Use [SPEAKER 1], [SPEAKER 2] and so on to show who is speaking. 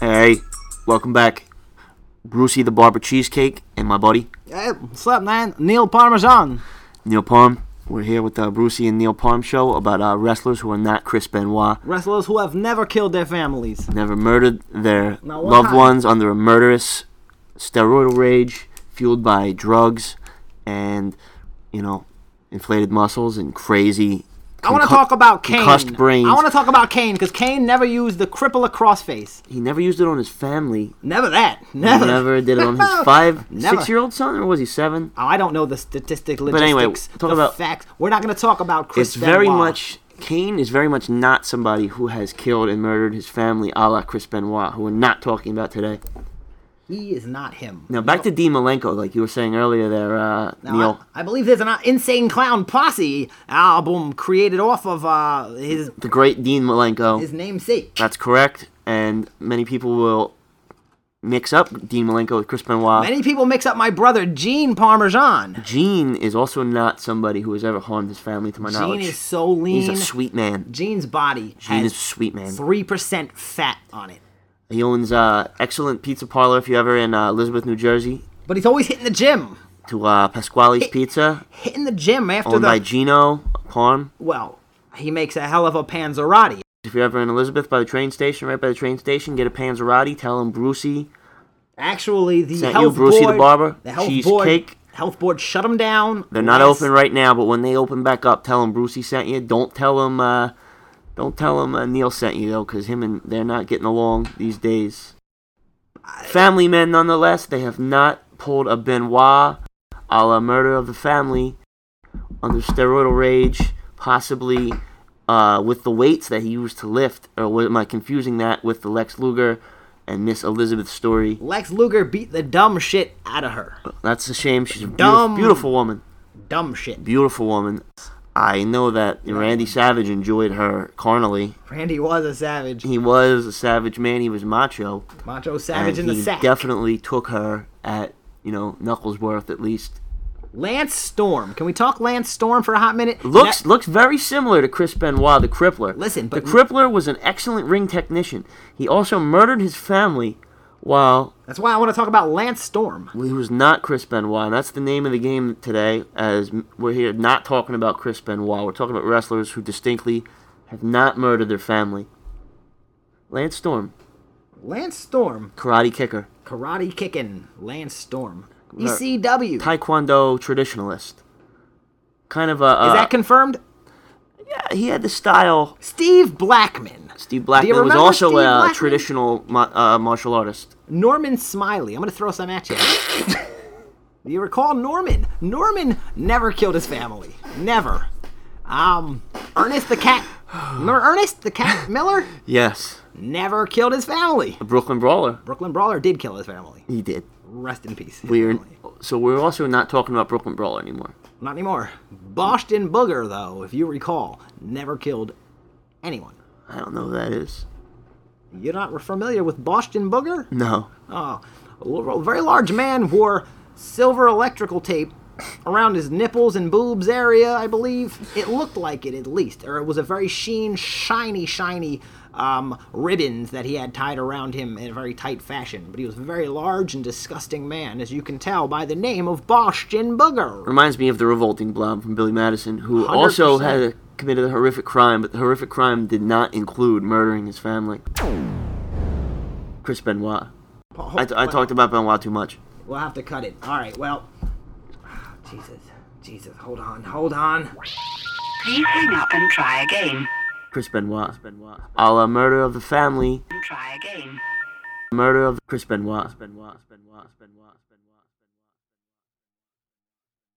[SPEAKER 1] Hey, welcome back. Brucey the Barber Cheesecake and my buddy
[SPEAKER 2] Hey, what's up, man? Neil Parmesan.
[SPEAKER 1] Neil Palm. We're here with the Brucey and Neil Palm show about uh, wrestlers who are not Chris Benoit.
[SPEAKER 2] Wrestlers who have never killed their families.
[SPEAKER 1] Never murdered their
[SPEAKER 2] Now, why?
[SPEAKER 1] loved ones under a murderous steroidal rage fueled by drugs and, you know, inflated muscles and crazy.
[SPEAKER 2] I want to
[SPEAKER 1] concu-
[SPEAKER 2] talk about Kane.
[SPEAKER 1] concussed brains.
[SPEAKER 2] I want to talk about Kane because Kane never used the crippler crossface.
[SPEAKER 1] He never used it on his family.
[SPEAKER 2] Never that.
[SPEAKER 1] He
[SPEAKER 2] Never.
[SPEAKER 1] never did it on his five,
[SPEAKER 2] Never.
[SPEAKER 1] six year old son, or was he seven?
[SPEAKER 2] Oh, I don't know the statistic logistics.
[SPEAKER 1] But anyway, talk
[SPEAKER 2] the
[SPEAKER 1] about-
[SPEAKER 2] facts. We're not going to talk about Chris.
[SPEAKER 1] it's very
[SPEAKER 2] Benoit.
[SPEAKER 1] much Kane is very much not somebody who has killed and murdered his family, a la Chris Benoit, who we're not talking about today.
[SPEAKER 2] He is not him.
[SPEAKER 1] Now back to Dean Malenko, like you were saying earlier, there, uh,
[SPEAKER 2] Now,
[SPEAKER 1] Neil.
[SPEAKER 2] I, I believe there's an Insane Clown Posse album created off of uh, his
[SPEAKER 1] the great Dean Malenko.
[SPEAKER 2] his namesake.
[SPEAKER 1] That's correct, and many people will mix up Dean Malenko with Chris Benoit.
[SPEAKER 2] Many people mix up my brother Gene Parmesan.
[SPEAKER 1] Gene is also not somebody who has ever harmed his family, to my
[SPEAKER 2] Gene
[SPEAKER 1] knowledge.
[SPEAKER 2] is so lean.
[SPEAKER 1] He's a sweet man.
[SPEAKER 2] Gene's body
[SPEAKER 1] Gene is
[SPEAKER 2] has
[SPEAKER 1] a sweet man.
[SPEAKER 2] three percent fat on it.
[SPEAKER 1] He owns uh, excellent pizza parlor if you're ever in uh, Elizabeth, New Jersey,
[SPEAKER 2] But he's always hitting the gym,
[SPEAKER 1] to uh, Pasquale's Pizza,
[SPEAKER 2] hitting the gym after
[SPEAKER 1] owned
[SPEAKER 2] the
[SPEAKER 1] by Gino Parm.
[SPEAKER 2] well. He makes a hell of a panzerati.
[SPEAKER 1] If you're ever in Elizabeth by the train station, right by the train station, get a Panzerati. Tell him Brucey
[SPEAKER 2] Actually, the
[SPEAKER 1] Sent you
[SPEAKER 2] health
[SPEAKER 1] Brucey the
[SPEAKER 2] board,
[SPEAKER 1] Barber,
[SPEAKER 2] the health board,
[SPEAKER 1] cheesecake.
[SPEAKER 2] health board shut him down.
[SPEAKER 1] they're not
[SPEAKER 2] Last-
[SPEAKER 1] open right now, but when they open back up, tell him Brucey sent you. Don't tell him. Uh, don't tell him uh, Neil sent you though, because him and they're not getting along these days. Family men, nonetheless, they have not pulled a Benoit, a la murder of the family, under steroidal rage, possibly uh, with the weights that he used to lift. Or wa- am I confusing that with the Lex Luger and Miss Elizabeth story?
[SPEAKER 2] Lex Luger beat the dumb shit out of her.
[SPEAKER 1] That's a shame. She's a beautiful,
[SPEAKER 2] Dumb.
[SPEAKER 1] beautiful woman.
[SPEAKER 2] Dumb shit.
[SPEAKER 1] beautiful woman. I know that Randy Savage enjoyed her carnally.
[SPEAKER 2] Randy was a savage,
[SPEAKER 1] He was a savage man. He was macho,
[SPEAKER 2] macho
[SPEAKER 1] and
[SPEAKER 2] savage in
[SPEAKER 1] he
[SPEAKER 2] the sack.
[SPEAKER 1] definitely took her at you know Knucklesworth at least.
[SPEAKER 2] Lance Storm. Can we talk Lance Storm for a hot minute?
[SPEAKER 1] Looks
[SPEAKER 2] That-
[SPEAKER 1] looks very similar to Chris Benoit, the Crippler.
[SPEAKER 2] Listen, but-
[SPEAKER 1] the Crippler was an excellent ring technician. He also murdered his family while
[SPEAKER 2] that's why I want to talk about Lance Storm.
[SPEAKER 1] he was not Chris Benoit. And that's the name of the game today. As m- we're here, not talking about Chris Benoit. We're talking about wrestlers who distinctly have not murdered their family. Lance Storm,
[SPEAKER 2] Lance Storm,
[SPEAKER 1] karate kicker,
[SPEAKER 2] karate kicking. Lance Storm, E ECW.
[SPEAKER 1] taekwondo traditionalist. Kind of a.
[SPEAKER 2] Is
[SPEAKER 1] uh,
[SPEAKER 2] that confirmed?
[SPEAKER 1] he had the style.
[SPEAKER 2] Steve Blackman,
[SPEAKER 1] Steve Blackman was
[SPEAKER 2] remember
[SPEAKER 1] also
[SPEAKER 2] Steve
[SPEAKER 1] a
[SPEAKER 2] Blackman?
[SPEAKER 1] traditional ma- uh, martial artist.
[SPEAKER 2] Norman Smiley. I'm gonna throw some at you. Do you recall Norman? Norman never killed his family. Never. Um, Ernest the Cat. Remember Ernest the Cat Miller?
[SPEAKER 1] Yes,
[SPEAKER 2] Never killed his family.
[SPEAKER 1] a Brooklyn brawler.
[SPEAKER 2] Brooklyn Brawler did kill his family.
[SPEAKER 1] He did.
[SPEAKER 2] Rest in peace. his
[SPEAKER 1] We're
[SPEAKER 2] family.
[SPEAKER 1] so we're also not talking about Brooklyn brawler anymore.
[SPEAKER 2] Not anymore. Boston Booger, though, if you recall, never killed anyone.
[SPEAKER 1] I don't know who that is.
[SPEAKER 2] You're not familiar with Boston Booger?
[SPEAKER 1] No.
[SPEAKER 2] Oh, a very large man wore silver electrical tape around his nipples and boobs area, I believe. It looked like it, at least, or it was a very sheen, shiny, shiny um, ribbons that he had tied around him in a very tight fashion. But he was a very large and disgusting man, as you can tell by the name of Boston Booger.
[SPEAKER 1] reminds me of the revolting blob from Billy Madison, who also
[SPEAKER 2] 100%.
[SPEAKER 1] had committed a horrific crime, but the horrific crime did not include murdering his family. Chris Benoit. I, I talked about Benoit too much.
[SPEAKER 2] We'll have to cut it. All right, well. Jesus. Jesus, hold on, hold on.
[SPEAKER 3] Please hang up and try again.
[SPEAKER 1] Chris Benoit. A la murder of the family,
[SPEAKER 3] Try again.
[SPEAKER 1] murder of Chris Benoit.